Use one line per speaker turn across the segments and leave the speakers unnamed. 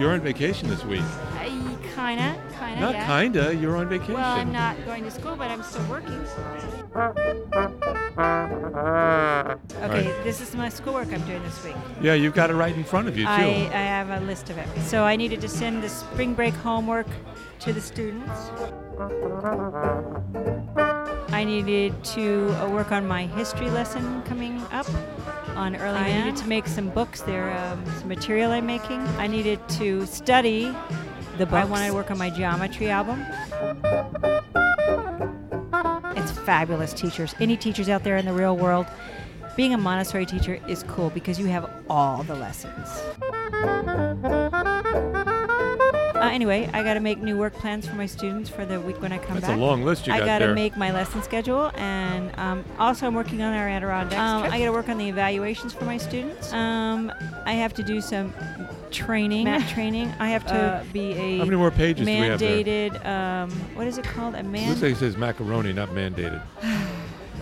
You're on vacation this week.
I kinda, kinda.
Not
yeah.
kinda, you're on vacation.
Well, I'm not going to school, but I'm still working. Okay,
right.
this is my schoolwork I'm doing this week.
Yeah, you've got it right in front of you, too.
I, I have a list of it. So I needed to send the spring break homework to the students. I needed to uh, work on my history lesson coming up on early. I needed to make some books. There, um, some material I'm making. I needed to study the books. I wanted to work on my geometry album. It's fabulous, teachers. Any teachers out there in the real world, being a Montessori teacher is cool because you have all the lessons. Uh, anyway, I got to make new work plans for my students for the week when I come
That's a
back.
long list you
I
got
gotta
there.
make my lesson schedule, and um, also I'm working on our Adirondacks. Um, I got to work on the evaluations for my students. Um, I have to do some training, mat training. Uh, I have to be a
How many more pages do we have there?
mandated. Um, what is it called? A man.
Looks like it says macaroni, not mandated.
Uh,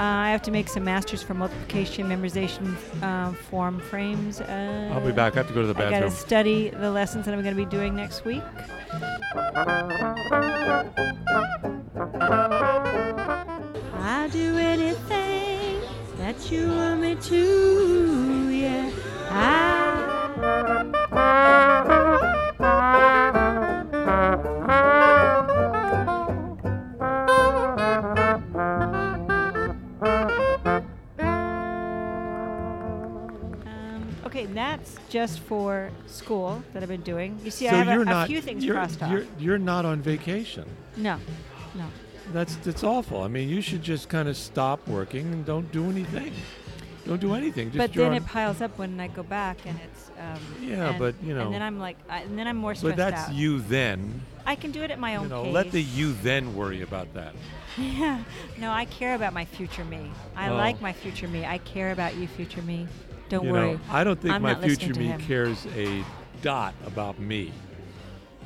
I have to make some masters for multiplication, memorization, uh, form frames. Uh,
I'll be back. I have to go to the
I got to
bathroom.
study the lessons that I'm going to be doing next week. I'll do anything that you want me to, yeah. I Um, okay, that's just for school that I've been doing. You see, I
so
have a-
you're
a,
not.
few things
you're,
crossed off.
you're, you're not on vacation.
No, no.
That's that's awful. I mean, you should just kind of stop working and don't do anything. Don't do anything. Just
but
you're
then
on-
it piles up when I go back, and it's um,
Yeah,
and-
but, you know.
and then I'm like, I, and then I'm more
But
stressed
that's
out.
you then.
I can do it at my own
You know,
pace.
let the you then worry about that.
yeah. No, I care about my future me. I
Oh.
like my future me. I care about you, future me. Don't
you
worry.
know, I don't think
I'm
my
not listening
future
to
me
him.
cares a dot about me.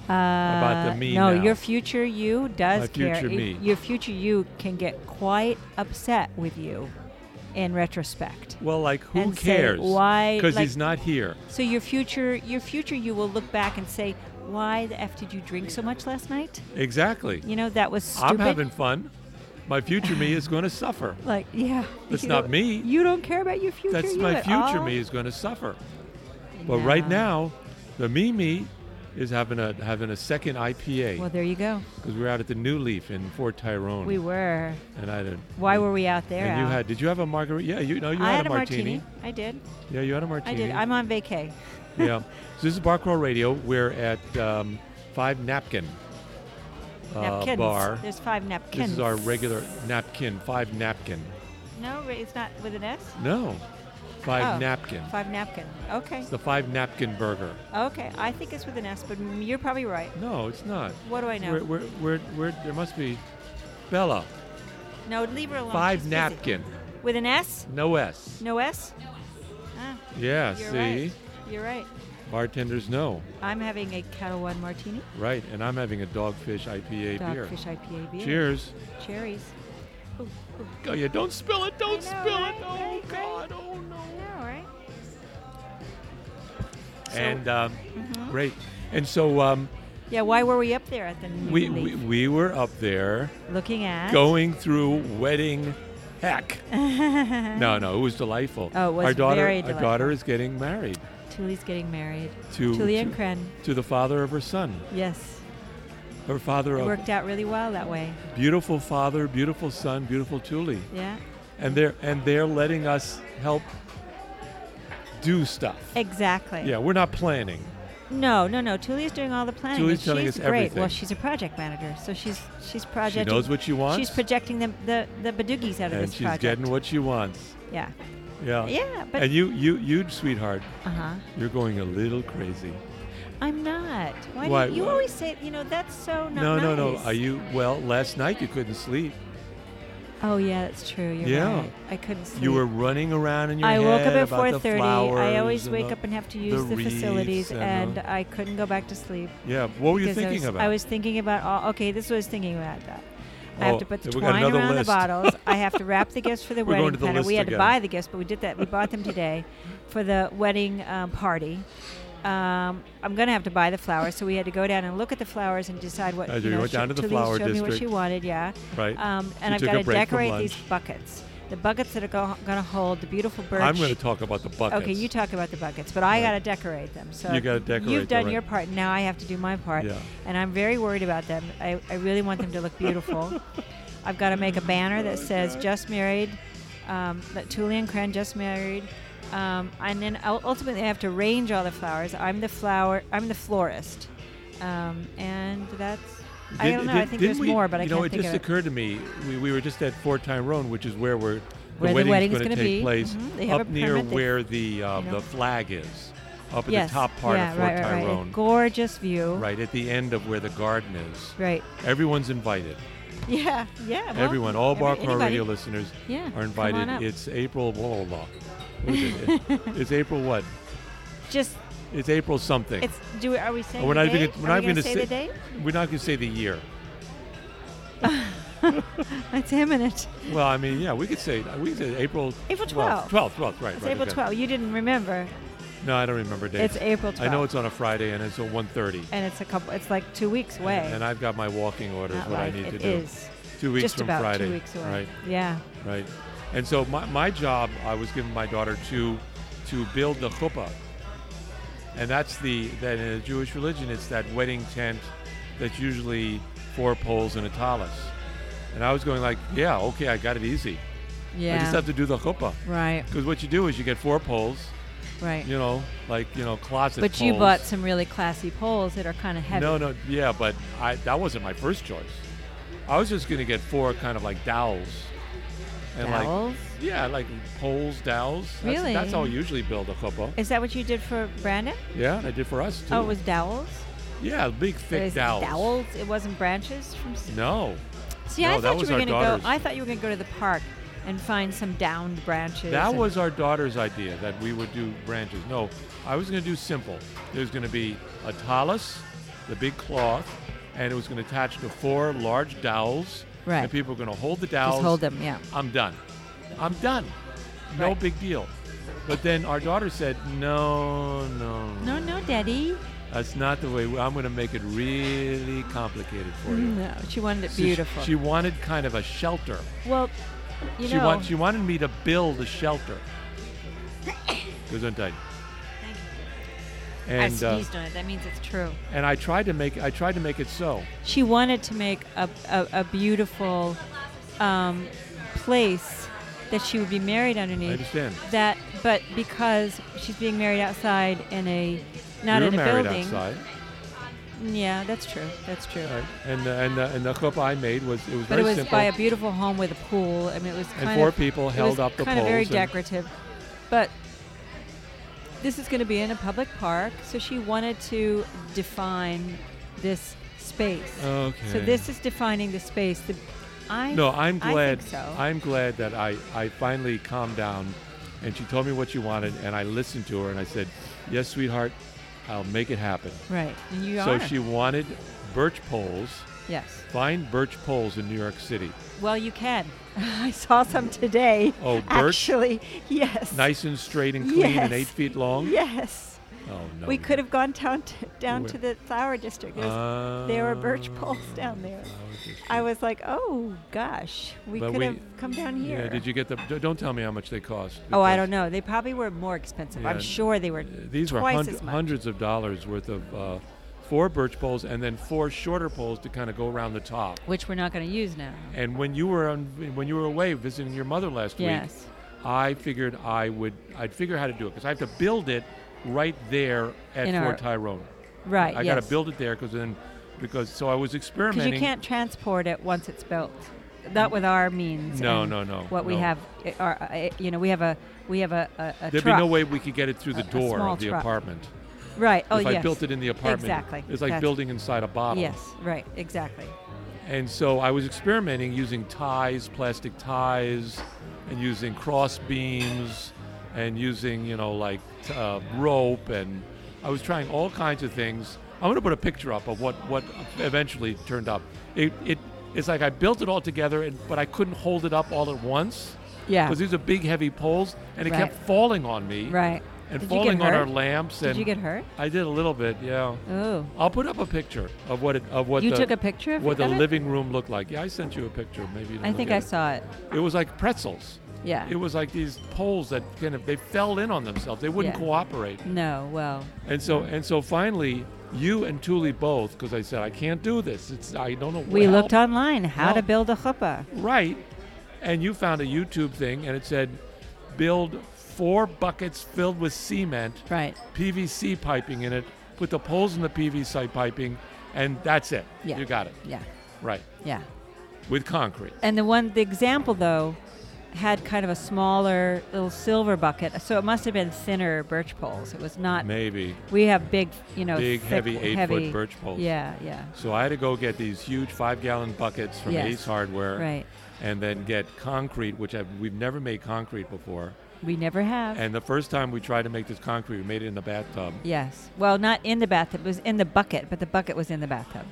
Uh, about
the me
No,
now.
your future you does
My
care.
future
It-
me.
Your future you can get quite upset with you, in retrospect.
Well, like who
And say,
cares?
"Why,"
Because
like-
he's not here.
So your future, your future you will look back and say, "Why the f did you drink so much last night?
Exactly.
You know that was
I'm
stupid."
having fun. My future me is going to suffer.
Like, yeah.
That's
you
not
don't-
me.
You don't care about your future.
That's
you
my
at
future
all.
me is going to suffer. But right
No.
now, the me me is having a having a second IPA
Well,
because
there you go.
we were out at the New Leaf in Fort Tyrone.
We were.
and I didn't.
Why were we out there?
And you
Al?
had? Did you have a margarita? Yeah, you know you
I
had, a martini.
I did.
Yeah, you had a
I
martini.
did. I'm on vacay.
yeah. So this is Bar Crawl Radio. We're at um, Five Napkin uh,
napkins.
Bar.
There's five napkins.
This is our regular napkin. Five Napkin.
No, wait, it's not with an S.
No, Five
Oh,
Napkin.
Five napkin. Okay.
It's the Five Napkin Burger.
Okay. I think it's with an S, but mm, you're probably right.
No, it's not.
What do I know?
We're, we're, we're, we're, there must be Bella.
no, leave her alone.
Five
She's busy.
napkin.
With an S?
No S.
No S? Ah,
Yeah,
you're
see?
right. You're right.
Bartenders know.
I'm having a Kettle One martini.
Right, and I'm having a dogfish IPA beer.
Dogfish IPA beer.
Cheers.
Cherries. Ooh, ooh.
Oh, yeah, don't spill it. Don't
know,
spill
right,
it. Oh,
right, right.
God. Oh, no.
I know, right? So- Mm-hmm.
and um, great. And so um,
Yeah, why were we up there at the new
we, we,
leaf?
we were up there
looking at?
going through wedding heck. no, no, it was delightful.
Oh, it was
our daughter,
very
Our
delightful.
daughter is getting married
Tully's getting married.
To-
Tully and
to-
Kren.
to the father of her son.
Yes.
Her father
It
of
worked out really well that way.
beautiful father, beautiful son, beautiful Tuli,
Yeah.
and they're and they're letting us help do stuff.
Exactly.
Yeah, we're not planning.
No, no, no. Tully's doing all the planning.
Tully's
and
telling
she's
us
great.
everything.
Well, she's a project manager, so she's she's projecting.
knows what she wants.
She's projecting the the, the badoogies out of
and
this
she's
project.
getting what she wants.
yeah.
Yeah.
Yeah, but-
and you, you, you, sweetheart,
Uh huh.
you're going a little crazy.
I'm not. Why,
Why-
do you, you
why-
always say? You know, that's so not
no, no, no.
nice.
Are you well? Last night you couldn't sleep.
Oh yeah, that's true. You're
Yeah.
right. I couldn't sleep.
You were running around in your
I woke up
head
at
about the
4:30. I
flowers
always
and
wake
the-
up and have to use the,
wreaths
facilities,
and
and
the-
I couldn't go back to sleep.
yeah. What were you
because I
thinking
was,
about?
I was thinking about all. Okay, this was thinking about that. I have
Oh,
to put the
we got
twine
another
around
list.
the bottles. I have to wrap the gifts for the
We're going
wedding
to the
planner.
list
we had to
again.
buy the gifts, but we did that. We bought them today for the wedding um, party. Um, I'm going to have to buy the flowers, so we had to go down and look at the flowers and decide what.
Oh,
you
so you
know,
went
she-
down to the
Talise
flower
showed me what she
district.
wanted. Yeah.
Right.
Um, and
She
I've
took
got
a
to
break from
decorate these
lunch.
buckets. The buckets that are go- going to hold the beautiful birch.
I'm going to talk about the buckets.
Okay, you talk about the buckets, but I
Right.
got to decorate them. So
You gotta decorate
You've
them,
done
right.
your part. Now I have to do my part,
Yeah.
and I'm very worried about them. I, I really want them to look beautiful. I've got to make a banner that says
Okay.
"Just Married," um, that Tuli and Cran just married, um, and then ul- ultimately I have to arrange all the flowers. I'm the flower. I'm the florist, um, and that's. I
Did-
don't know. I
did-
think
didn't
there's
we-
more, but I
you
can't
know, it
think
just
of it.
occurred to me. We, we were just at Fort Tyrone, which is where we're
Where the
the
wedding's
going to
gonna
take
be.
place,
Mhm, they have
up
a
near
permit that-
where the uh,
you know.
the flag is, up at
yes.
the top part
yeah,
of Fort
right, right, right.
Tyrone,
Gorgeous view.
right at the end of where the garden is.
Right.
Everyone's invited.
Yeah. Yeah. well,
Everyone, all
every-
Bar Crawl
anybody.
radio listeners
Yeah,
are
come on
invited.
up.
It's April blah blah blah. What is it? it's April what?
Just
It's April something.
it's do we- are we saying
Oh, we're
the
not even
date?
gonna- we're
Are
not
we
even gonna
gonna say
say-
the date?
We're not going to say the year.
It's imminent.
Well, I mean, yeah, we could say we could say April
April
12th.
12th.
12th, 12th, right.
It's
right,
April
okay.
12th. You didn't remember.
No, I don't remember dates.
It's April 12th.
I know it's on a Friday and it's at 1.30.
and it's a couple. It's like two weeks away.
And, and I've got my walking orders,
Not
what
like
I need
it
to do.
is.
Two weeks
Just
from
about
Friday.
two weeks away.
Right,
Yeah.
right. And so my, my job, I was giving my daughter to to build the chuppah. And that's the, that in the Jewish religion, it's that wedding tent that's usually four poles and a talus. And I was going like, yeah, okay, I got it easy. I just have to do the chuppah.
right.
Because what you do is you get four poles,
Right.
you know, like you know, closet.
But you
poles.
bought some really classy poles that are kind of heavy.
No, no, yeah, but I that wasn't my first choice. I was just gonna get four kind of like dowels. And
Dowels?
like yeah, like poles, dowels. That's-
Really?
That's how I usually build a chuppah.
Is that what you did for Brandon?
Yeah, and I did for us too.
Oh, it was dowels.
yeah, big
It
thick
was
dowels.
dowels. It wasn't branches from. s-
No,
See,
No,
I
that
thought
was
you were going
our
to go.
daughter's.
I thought you were going to go to the park and find some downed branches.
that
and-
was our daughter's idea that we would do branches. No, I was gonna do simple. There's gonna be a talus, the big cloth, and it was gonna attach to four large dowels.
Right.
And people were gonna hold the dowels.
Just hold them. Yeah.
I'm done. I'm done. No
Right.
big deal. But then our daughter said, no, no,
No, no, Daddy.
That's not the way. we- I'm going to make it really complicated for you.
Mm-hmm.
No, she wanted it
So Mm-hmm. she-
beautiful.
She, wanted kind of a shelter.
well, you
she,
know.
want, she wanted me to build a shelter. Gesundheit.
I
And uh,
sneezed on it. That means it's true.
and I tried to make I tried to make it so.
She wanted to make a, a, a beautiful um, place that she would be married
I
underneath.
understand.
That, but because she's being married outside in a not
you were
in a
married
building.
outside,
Yeah, that's true. That's true.
right? And uh, and uh, and the chuppah I made was it was
But
very
it was
simple.
by a beautiful home with a pool. I mean, it was kind
and four
of
people
it
held
was
up the
kind
poles.
of very
and-
decorative. But this is going to be in a public park, so she wanted to define this space.
Okay.
So this is defining the space. The, I
No, I'm
I
glad.
think so.
am glad that I I finally calmed down, and she told me what she wanted, and I listened to her, and I said, "Yes, sweetheart, I'll make it happen."
Right. And you
so
are.
she wanted birch poles.
Yes.
Find birch poles in New York City.
well, you can. I saw some today.
Oh, birch,
Actually, yes.
nice and straight and clean and
Yes.
eight feet long.
Yes.
Oh no.
we could have gone down to, down
Where?
to the flower district. There's there were birch
Oh.
poles down there. I was like, oh gosh, we
But
could
we-
have come down here.
Yeah. Did you get the? d- Don't tell me how much they cost.
Oh, I
because-
don't know. They probably were more expensive.
Yeah.
I'm sure they were.
uh, These were
twice
hun-
as much.
hundreds of dollars worth of uh, four birch poles and then four shorter poles to kind of go around the top.
Which we're not going to use now.
And when you were on, when you were away visiting your mother last
Yes.
week, I figured I would I'd figure how to do it because I have to build it right there at
In
Fort
our-
Tyrone.
Right.
I got to build it there because then because so I was
because
experimenting.
you can't transport it once it's built. Not with our means.
No,
and
no, no,
What we
no.
have, i- are, uh, you know, we have a we have a, a, a
There'd
truck.
be no way we could get it through the
A- a
door
small
of the
truck.
apartment.
Right. Oh,
if
yes.
I built it in the apartment,
Exactly.
it's like
That's-
building inside a bottle.
Yes. Right. Exactly.
And so I was experimenting using ties, plastic ties, and using cross beams, and using you know like t- uh, rope, and I was trying all kinds of things. I'm going to put a picture up of what what eventually turned up. It it it's like I built it all together, and but I couldn't hold it up all at once
Yeah.
because these are big, heavy poles, and it
Right.
kept falling on me
Right.
and
Did you get
falling on our
hurt?
lamps.
Did
and
you get hurt?
I did a little bit, yeah.
Oh.
I'll put up a picture of what it, of what
You
the,
took a picture of
what
it?
the living room looked like. Yeah, I sent you a picture. Maybe you didn't
I
look
think
at
I
it.
saw it.
It was like pretzels.
Yeah.
It was like these poles that kind of they fell in on themselves. They wouldn't
Yeah.
cooperate.
no. Well.
And so and so finally, you and Thule both, because I said I can't do this. It's I don't know.
We
how."
looked online how to
well-
build a chuppah.
right, and you found a YouTube thing, and it said, build four buckets filled with cement,
Right.
PVC piping in it, put the poles in the PVC piping, and that's it.
Yeah.
You got it.
Yeah.
Right.
Yeah.
With concrete.
And the one, the example though, had kind of a smaller little silver bucket, so it must have been thinner birch poles. It was not.
Maybe
We have big, you know,
big,
thick,
heavy, eight
heavy-
foot birch poles.
Yeah. Yeah.
So I had to go get these huge five gallon buckets from
Yes.
Ace Hardware
Right.
and then get concrete, which I've, we've never made concrete before.
We never have.
And the first time we tried to make this concrete, we made it in the bathtub.
yes. Well, not in the bathtub. It was in the bucket, but the bucket was in the bathtub.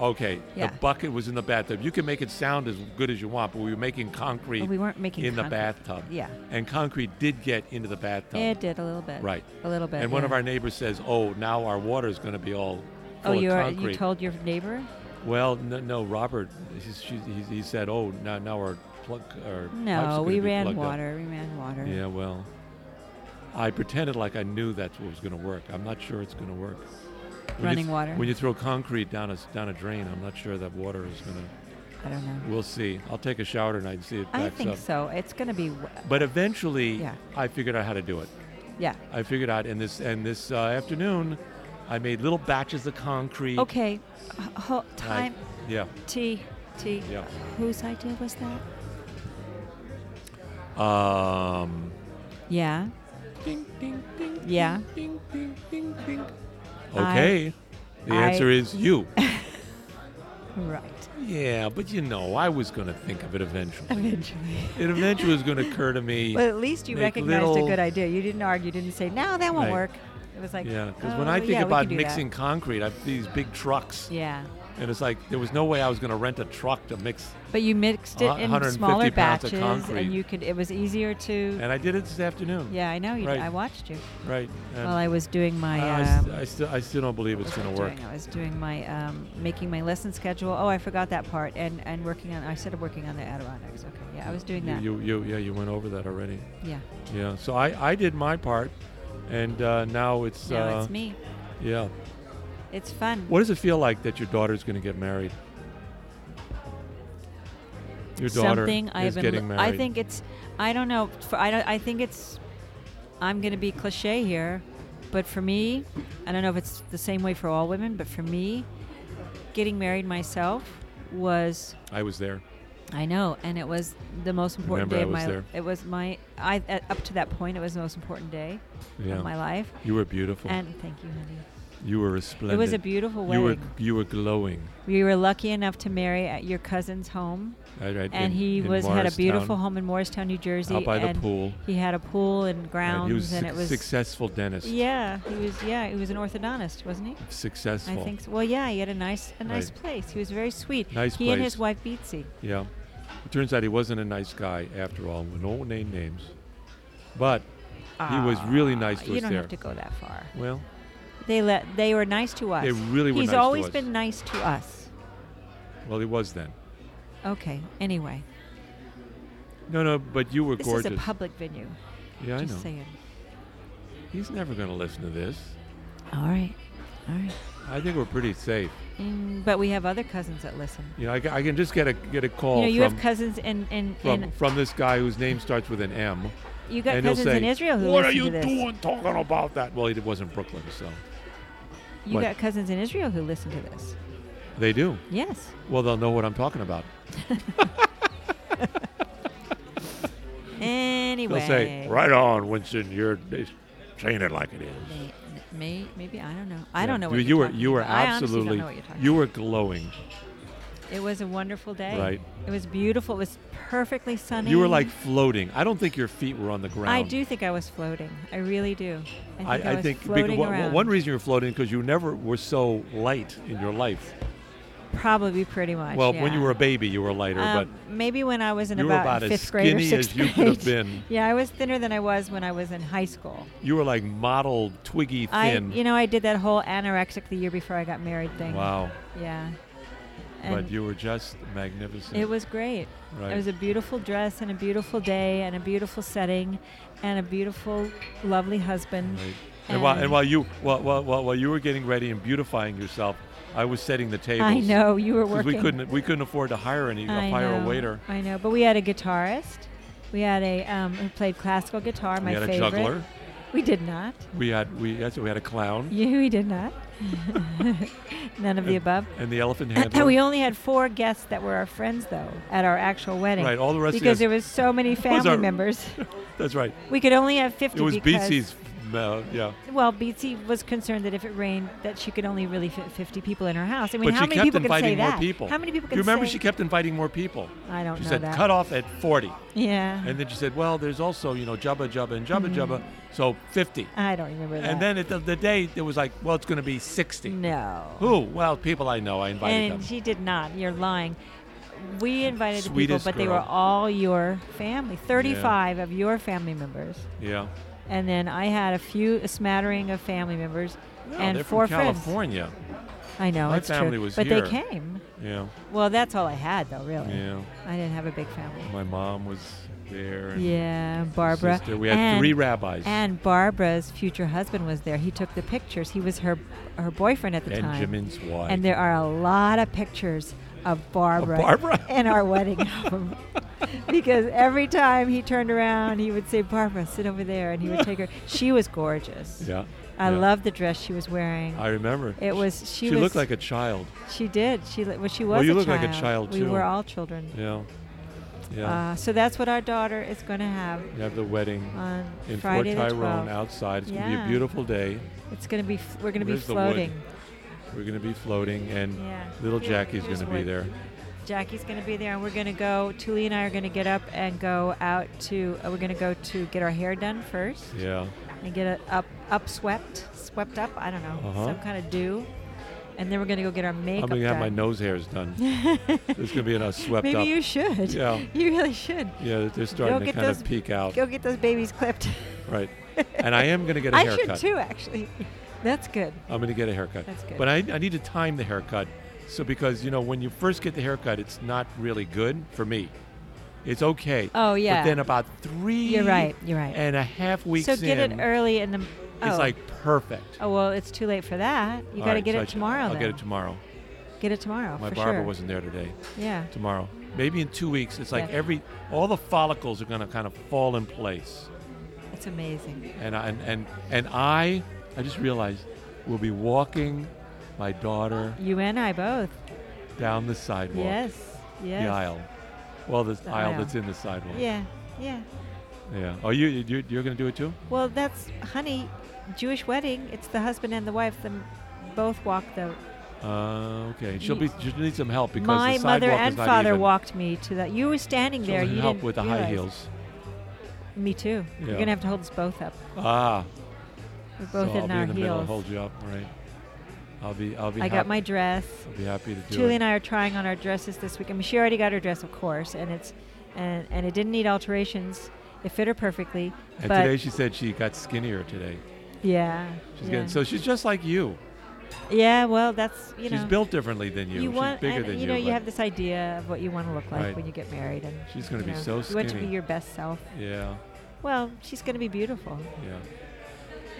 Okay,
Yeah.
the bucket was in the bathtub. You can make it sound as good as you want, but we were making concrete
But we weren't making
in the
concrete.
bathtub.
Yeah.
And concrete did get into the bathtub.
It did a little bit.
Oh. Right.
A little bit.
and one
yeah.
of our neighbors says, "Oh, now our water is going to be all
Oh,
full
you
of
are,
concrete."
you told your neighbor?
well, no, no Robert, he's, she, he, he said, "Oh, now now our plug our pipes are
No,
gonna
we
be
ran
plugged up."
water. We ran water.
Yeah, well, I pretended like I knew that's what was going to work. I'm not sure it's going to work. When you
Running water?
When you throw concrete down a s- down a drain, I'm not sure that water is going to.
I don't know.
We'll see. I'll take a shower tonight and see if it backs
I think
up.
so. It's going to be. w-
But eventually,
Yeah.
I figured out how to do it.
Yeah.
I figured out, and this and this uh, afternoon, I made little batches of concrete.
Okay, h- ho-
and I-
time.
yeah,
T. T.
yeah.
Whose idea was that?
Um,
Yeah.
ding, ding, ding,
Yeah.
Ding, ding, ding, ding.
I-
Okay. the
I-
answer is you.
Right.
Yeah, but you know, I was going to think of it eventually.
Eventually.
It eventually was going to occur to me.
But at least you
Make
recognized
little-
a good idea. You didn't argue. You didn't say, no, that won't
Right.
work. It was like,
yeah, because when
"Oh,
I think
yeah, we
about
can do that."
mixing concrete, I have these big trucks,
Yeah.
and it's like there was no way I was going to rent a truck to mix.
But you mixed it
A-
in
150 pounds
smaller
of
batches,
concrete.
and you could. It was easier to.
And I did it this afternoon.
yeah, I know. You.
Right.
I watched you
Right. And
while I was doing my.
I,
um,
st- I still, I still don't believe it's
what
going
was
to
I
work.
doing? I was doing my um, making my lesson schedule. Oh, I forgot that part, and and working on. I started working on the Adirondacks. Okay, yeah, I was doing that.
You, you, you, yeah, you went over that already.
yeah,
Yeah. So I, I did my part, and uh, now it's.
no,
uh,
it's me.
Yeah.
It's fun.
What does it feel like that your daughter's going to get married? Your daughter
Something I've
is
been.
getting
lo-
married.
I think it's. I don't know. For, I don't. I think it's. I'm going to be cliche here, but for me, I don't know if it's the same way for all women, but for me, getting married myself was
I was there.
I know, and it was the most important
Remember,
day
I
of
was
my.
there.
It was my. I uh, up to that point, it was the most important day
Yeah.
of my life.
You were beautiful.
And thank you, honey.
you were resplendent.
It was a beautiful
You were
wedding.
you were glowing.
we were lucky enough to marry at your cousin's home,
Right, right, in-
and he
in
was had a
Morristown.
beautiful home in Morristown, New Jersey.
Out by the
and
pool.
He had a pool and
Right,
grounds,
he was a
and
suc-
it was.
successful dentist.
Yeah, he was. Yeah, he was an orthodontist, wasn't he?
Successful.
I think so. Well, yeah, he had a nice, a nice
Right.
place. He was very sweet.
Nice
he and his
place.
wife Beatsy.
Yeah. It turns out he wasn't a nice guy after all. We won't name names, but he was really nice to
Ah, You
us
don't
there.
have to go that far.
well,
They let they were nice to us.
They really were
He's
nice to
always
us.
been nice to us.
well, he was then.
Okay. Anyway,
No, no, but you were
this
gorgeous.
is a public venue.
yeah,
just
I know.
saying.
He's never going to listen to this.
All right. All right.
I think we're pretty safe.
Mm, but we have other cousins that listen.
You know, I, ca- I can just get a get a call
you know, you
from
have cousins in in,
from,
in
from this guy whose name starts with an M.
you got
and he'll
cousins
say,
in Israel who
"What are
listen
you
to this.
doing talking about that?" Well, it wasn't Brooklyn, so
You
What?
got cousins in Israel who listen to this.
they do.
Yes.
Well, they'll know what I'm talking about.
Anyway.
They'll say, "Right on, Winston. You're it's- saying it like it is."
May, may, maybe I don't know. I
Yeah.
don't know.
You,
What
you
you're
were
talking
you were
about. I honestly
absolutely
Don't know what you're talking
you were glowing.
about. It was a wonderful day.
Right.
It was beautiful. It was perfectly sunny.
You were like floating. I don't think your feet were on the ground.
I do think I was floating. I really do.
I,
I think I, was
think because
floating
one-
around.
one reason you were floating because you never were so light in your life.
Probably pretty much.
Well, when you
yeah.
were a baby, you were lighter,
Um, maybe when I was in
you were
about,
about as
fifth grade or
skinny as
sixth
you
grade.
could have been.
Yeah, I was thinner than I was when I was in high school.
but you were like model twiggy
I,
thin.
you know, I did that whole anorexic the year before I got married thing.
wow.
Yeah.
But
And
you were just magnificent.
it was great.
right.
It was a beautiful dress and a beautiful day and a beautiful setting and a beautiful, lovely husband.
Right. And while and
and-
while you while, while, while, while you were getting ready and beautifying yourself, I was setting the tables.
I know you were
Because
working.
we couldn't we couldn't afford to hire any
I
hire a
know,
waiter.
I know, but we had a guitarist. We had a um, who played classical guitar. My
we had
favorite.
a juggler.
We did not.
We had we that's, we had a clown
You, we did not. None of the above.
and the elephant handler.
we only had four guests that were our friends, though, at our actual wedding.
Right, all the rest of
because
us-
there was so many
was
family
our-
members.
that's right.
We could only have fifty.
It was
because-
BC's uh, yeah.
Well, Betsy was concerned that if it rained, that she could only really fit fifty people in her house. I mean,
but
how
she
many
kept
people can say
inviting more
that?
people.
How many people
Do
can
you remember
say?
she kept inviting more people?
I don't
She
know
said
that.
cut off at 40.
Yeah.
And then she said, well, there's also, you know, Jubba Jubba and Jubba Jubba,
Mm-hmm.
so 50.
I don't remember that.
And then at the, the day, it was like, well, it's going to be 60.
Oh. no.
Who? Well, people I know. I invited
And
them.
she did not. You're lying. We invited the people,
Sweetest
but they
girl.
were all your family. Thirty-five of your family members,
Yeah.
and then I had a few, a smattering of family members,
No,
and
they're
four
from
friends.
California.
I know
My
it's
family
true,
was
but
here.
they came.
Yeah.
Well, that's all I had, though. Really,
Yeah.
I didn't have a big family.
My mom was there. and
Yeah, Barbara.
Sister. We had
and,
three rabbis.
And Barbara's future husband was there. He took the pictures. He was her her boyfriend at the time.
Benjamin's wife.
And there are a lot of pictures of Barbara,
Barbara?
in our wedding album. because every time he turned around, he would say, Barbara, sit over there. And he would take her. She was gorgeous.
yeah.
I
yeah.
love the dress she was wearing.
I remember.
it was she,
She,
was
looked like a child.
she did she li- well she was
Well, you
a
look
child
like a child,
we
too.
were all children
Yeah. Yeah.
uh, so that's what our daughter is going to have
you have the wedding
on
in
Friday
Fort
the
Tyrone
12th.
outside. It's going to be
Yeah.
a beautiful day.
It's gonna be. F- we're gonna
Where's
be
the wood?
floating.
We're going to be floating, and
Yeah.
little
Here-
Jackie's going
here's
to be
wood.
there.
Jackie's gonna be there, and we're gonna go. Tuli and I are gonna get up and go out to. Uh, we're gonna go to get our hair done first
Yeah.
and get it up, up swept, swept up. I don't know,
Uh-huh.
some kind of do. And then we're gonna go get our
I'm
makeup
going to have my
done.
nose hairs done. it's going to be in a swept
Maybe
up.
you should.
Yeah.
You really should.
yeah, they're starting to
get
kind
those-
of peek out.
Go get those babies clipped.
Right. And I am going to get a
I
haircut.
should too, actually. That's good.
I'm going to get a haircut.
That's good.
But I, I need to time the haircut. So because, you know, when you first get the haircut, it's not really good for me. It's okay.
Oh, yeah.
But then about three
You're right, you're right.
and a half weeks
so get
in,
it early in the.
it's
oh.
like perfect.
Oh well, it's too late for that. You
All
got to
right,
get
so I
it
should-
tomorrow.
I'll
then.
get it tomorrow.
Get it tomorrow.
My
for
barber
sure.
wasn't there today.
Yeah.
Tomorrow. Maybe in two weeks. It's like
Yeah.
every, all the follicles are going to kind of fall in place.
It's amazing.
and I, and, and and I I just realized we'll be walking my daughter
You and I both.
down the sidewalk,
Yes.
the
Yes.
aisle. Well, the,
The
aisle
aisle.
that's in the sidewalk.
Yeah. Yeah.
Yeah. Oh, you, you you're going to do it too?
Well, that's honey, Jewish wedding. It's the husband and the wife. Them both walk the.
Uh, okay. She'll be
Ye-
she'll need some help because the
My
sidewalk
mother and
is not
father
even.
walked me to that. You were standing
She'll
there.
need
You
help
didn't
with the high
realize.
heels.
Me too.
Yeah.
You're gonna have to hold us both up.
Ah.
We're both
so I'll
in
be
our
in the middle.
heels.
and Hold you up, all right? I'll be I'll be.
I got
hap-
my dress.
I'll be happy to do
Julie
it.
and I are trying on our dresses this week. I mean, she already got her dress, of course, and it's and and it didn't need alterations. It fit her perfectly.
and
but
today she said she got skinnier today.
yeah,
She's
yeah.
getting so she's just like you.
Yeah, well, that's you
she's
know.
built differently than you.
You
she's
want,
bigger
and,
than
you know, you
but-
have this idea of what you want to look like
Right.
when you get married, and
She's gonna
you
be
know,
so
You want to be
skinny.
your best self.
Yeah,
Well, she's going to be beautiful.
yeah.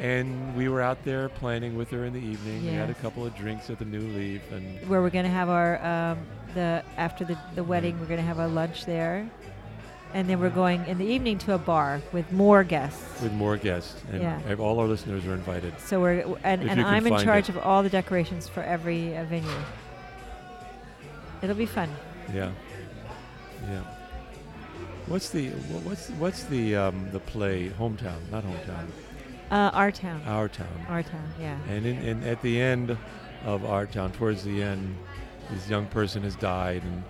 And we were out there planning with her in the evening. We had a
Yes.
couple of drinks at the New Leaf, and
Where we're going to have our um, the after the the wedding, we're going to have our lunch there, and then we're going in the evening to a bar with more guests.
with more guests. And
Yeah.
ev- all our listeners are invited.
so we're and,
If
and
you can
I'm in
find
charge
it.
of all the decorations for every uh, venue. It'll be fun.
Yeah, yeah. What's the wha- what's what's the um, the play? Hometown, not hometown.
Uh, our town,
Our town.
our town, yeah.
And in, and at the end of our town, towards the end, this young person has died and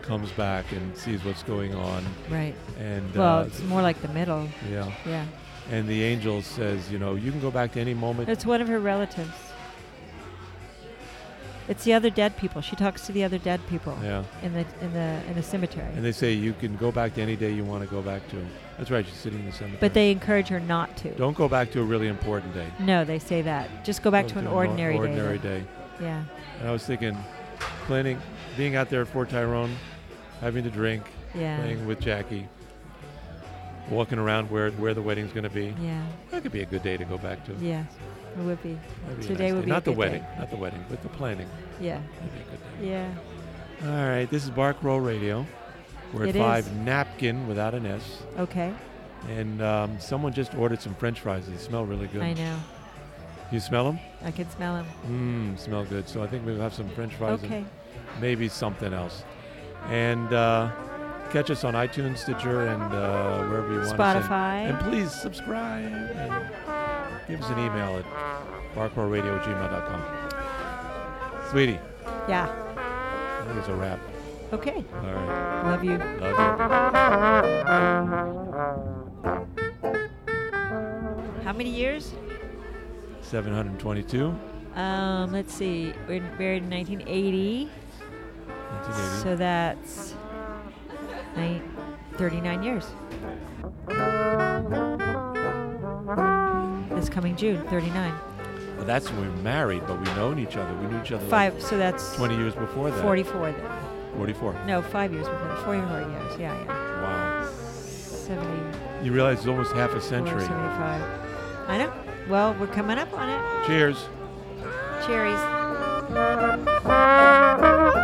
comes back and sees what's going on.
Right.
And
Well,
uh,
it's more like the middle.
yeah.
Yeah.
And the angel says, you know, you can go back to any moment.
It's one of her relatives. It's the other dead people. She talks to the other dead people
Yeah.
in the in the in the cemetery.
And they say you can go back to any day you want to go back to. That's right. She's sitting in the cemetery.
but they encourage her not to.
don't go back to a really important day.
No, they say that. Just go back
Go
to an
or-
ordinary,
ordinary
day.
day.
Yeah.
And I was thinking, planning, being out there at Fort Tyrone, having to drink,
Yeah.
playing with Jackie, walking around where where the wedding's going to be.
Yeah.
That could be a good day to go back to.
Yeah. It would be.
That'd a
Today
nice
would
day.
be a
not the
good
wedding,
day.
not the wedding, but the planning.
Yeah.
That'd be a good day.
Yeah.
All right, this is Bark Roll Radio. We're at
It is.
five napkin without an S,
Okay.
and um, someone just ordered some French fries. They smell really good.
I know.
You smell them?
I can smell him.
Mmm, smell good. So I think we'll have some French fries
Okay.
and maybe something else. And uh, catch us on iTunes, Stitcher, and uh, wherever you want.
Spotify.
And please subscribe and give us an email at barcoreradio Sweetie,
Yeah.
I think it's a wrap.
Okay.
All right.
Love you.
Love you.
How many years?
722,
Um, let's see. We're married in 1980,
1980.
so that's nine, 39 years. This coming June, 39.
well, that's when we were married, but we've known each other. We knew each other like
Five. So that's
20 years before that.
44. Then.
44.
No, five years before. that. Forty-four years. Yeah, yeah.
Wow.
70.
You realize it's almost half a century.
75. I know. Well, we're coming up on it.
Cheers.
Cherries.
Thank you.